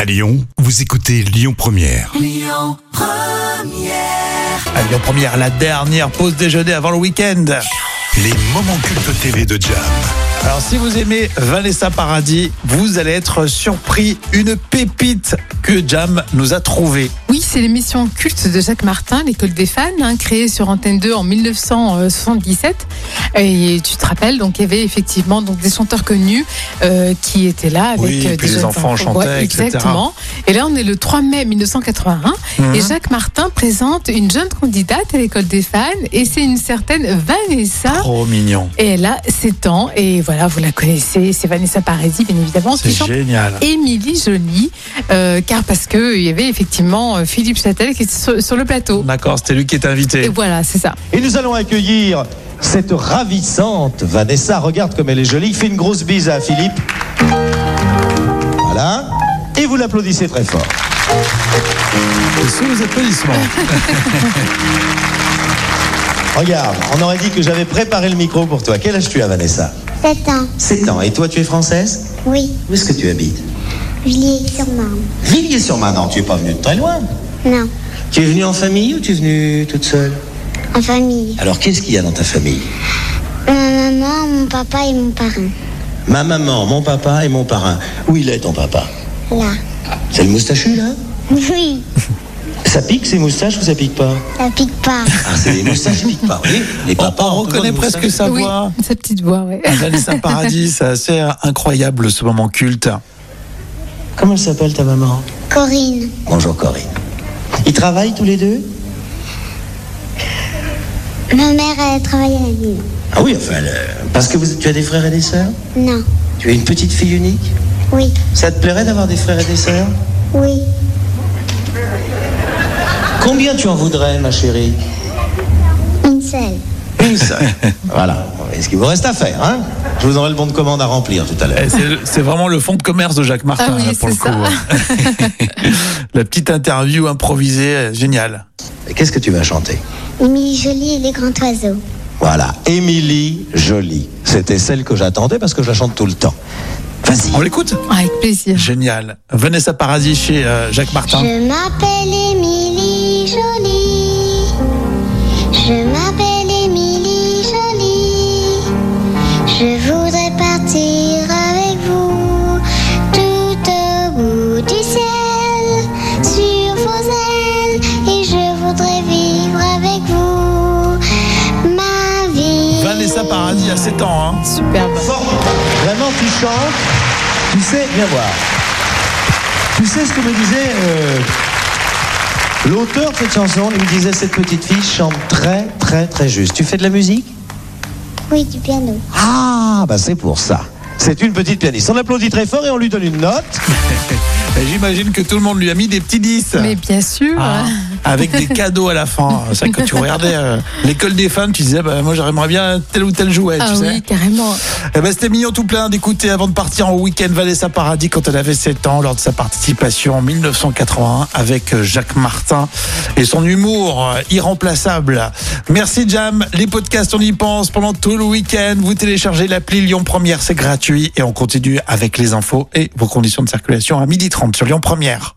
À Lyon, vous écoutez Lyon Première. À Lyon Première, la dernière pause déjeuner avant le week-end. Les moments cultes TV de Jam. Alors si vous aimez Vanessa Paradis, vous allez être surpris. Une pépite que Jam nous a trouvée. Oui, c'est l'émission culte de Jacques Martin, l'école des fans, hein, créée sur Antenne 2 en 1977. Et tu te rappelles, donc il y avait effectivement donc des chanteurs connus euh, qui étaient là avec Oui, euh, puis les des jeunes enfants chantaient, Ouais, etc. Exactement. Et là, on est le 3 mai 1981 Mhm. et Jacques Martin présente une jeune candidate à l'école des fans et c'est une certaine Vanessa. Trop Oh, mignon. Et elle a 7 ans et voilà, vous la connaissez, c'est Vanessa Paradis, bien évidemment, C'est qui chante génial. Émilie Jolie, euh, car parce que il y avait effectivement euh, Philippe Châtel qui était sur, sur le plateau. D'accord, c'était lui qui était Et invité. voilà, c'est ça. Et nous allons accueillir cette ravissante Vanessa. Regarde comme elle est jolie. Fait une grosse bise à Philippe. Voilà. Et vous l'applaudissez très fort. Sous les applaudissements. Oh, Regarde, on aurait dit que j'avais préparé le micro pour toi. Quel âge tu as, Vanessa 7 ans, 7 ans. Et toi, tu es française oui, Où est-ce que tu habites Julie sur Marne. Villiers-sur-Marne. Non, tu es pas venue de très loin. Non, Tu es venue en famille ou tu es venue toute seule en famille. Alors, qu'est-ce qu'il y a dans ta famille Ma maman, mon papa et mon parrain. Ma maman, mon papa et mon parrain. Où il est ton papa Là. C'est le moustachu, là Oui, Ça pique ces moustaches ou ça pique pas ça pique pas. Ah, c'est les moustaches qui piquent pas, vous voyez Les papas, On reconnaît presque sa oui, voix. sa petite voix, ouais. Vanessa Paradis, c'est assez incroyable ce moment culte. Comment elle s'appelle ta maman Corinne, Bonjour Corinne. Ils travaillent tous les deux ma mère, elle travaille à la mine. Ah oui, enfin, le- parce que vous, tu as des frères et des sœurs Non, Tu es une petite fille unique oui, Ça te plairait d'avoir des frères et des sœurs oui, Combien tu en voudrais, ma chérie une seule. Une seule. voilà. Est-ce qu'il vous reste à faire, hein Je vous aurai le bon de commande à remplir tout à l'heure. Eh, c'est- C'est vraiment le fonds de commerce de Jacques Martin, Ah oui, là, pour le c'est coup. La petite interview improvisée, euh, géniale. Et Qu'est-ce que tu vas chanter Émilie Jolie et les grands oiseaux. Voilà, Émilie Jolie. C'était celle que j'attendais parce que je la chante tout le temps. Vas-y. On l'écoute Avec plaisir. Génial. Vanessa Paradis chez euh, Jacques Martin. Je m'appelle Émilie Jolie. Je m'appelle Émilie Jolie. Je voudrais partir avec vous tout au bout du ciel, sur vos ailes, et je voudrais vivre avec vous ma vie. Vanessa Paradis à 7 ans. hein. Superbe. Vraiment, tu chantes. Tu sais, viens voir. Tu sais ce que me disait euh, l'auteur de cette chanson Il me disait cette petite fille chante très, très, très juste. Tu fais de la musique Oui, du piano. Ah, bah c'est pour ça. C'est une petite pianiste. On applaudit très fort et on lui donne une note. Et J'imagine que tout le monde lui a mis des petits 10. Mais bien sûr. Ah, avec des cadeaux à la fin. C'est vrai que tu regardais euh, l'école des fans, tu disais, bah, moi j'aimerais bien tel ou tel jouet, Ah tu sais. oui, carrément. Eh ben, c'était mignon tout plein d'écouter avant de partir en week-end Vanessa Paradis quand elle avait 7 ans lors de sa participation en 1981 avec euh, Jacques Martin et son humour euh, irremplaçable. Merci Jam, les podcasts on y pense pendant tout le week-end. Vous téléchargez l'appli Lyon Première, c'est gratuit et on continue avec les infos et vos conditions de circulation à 12h30 sur Lyon Première.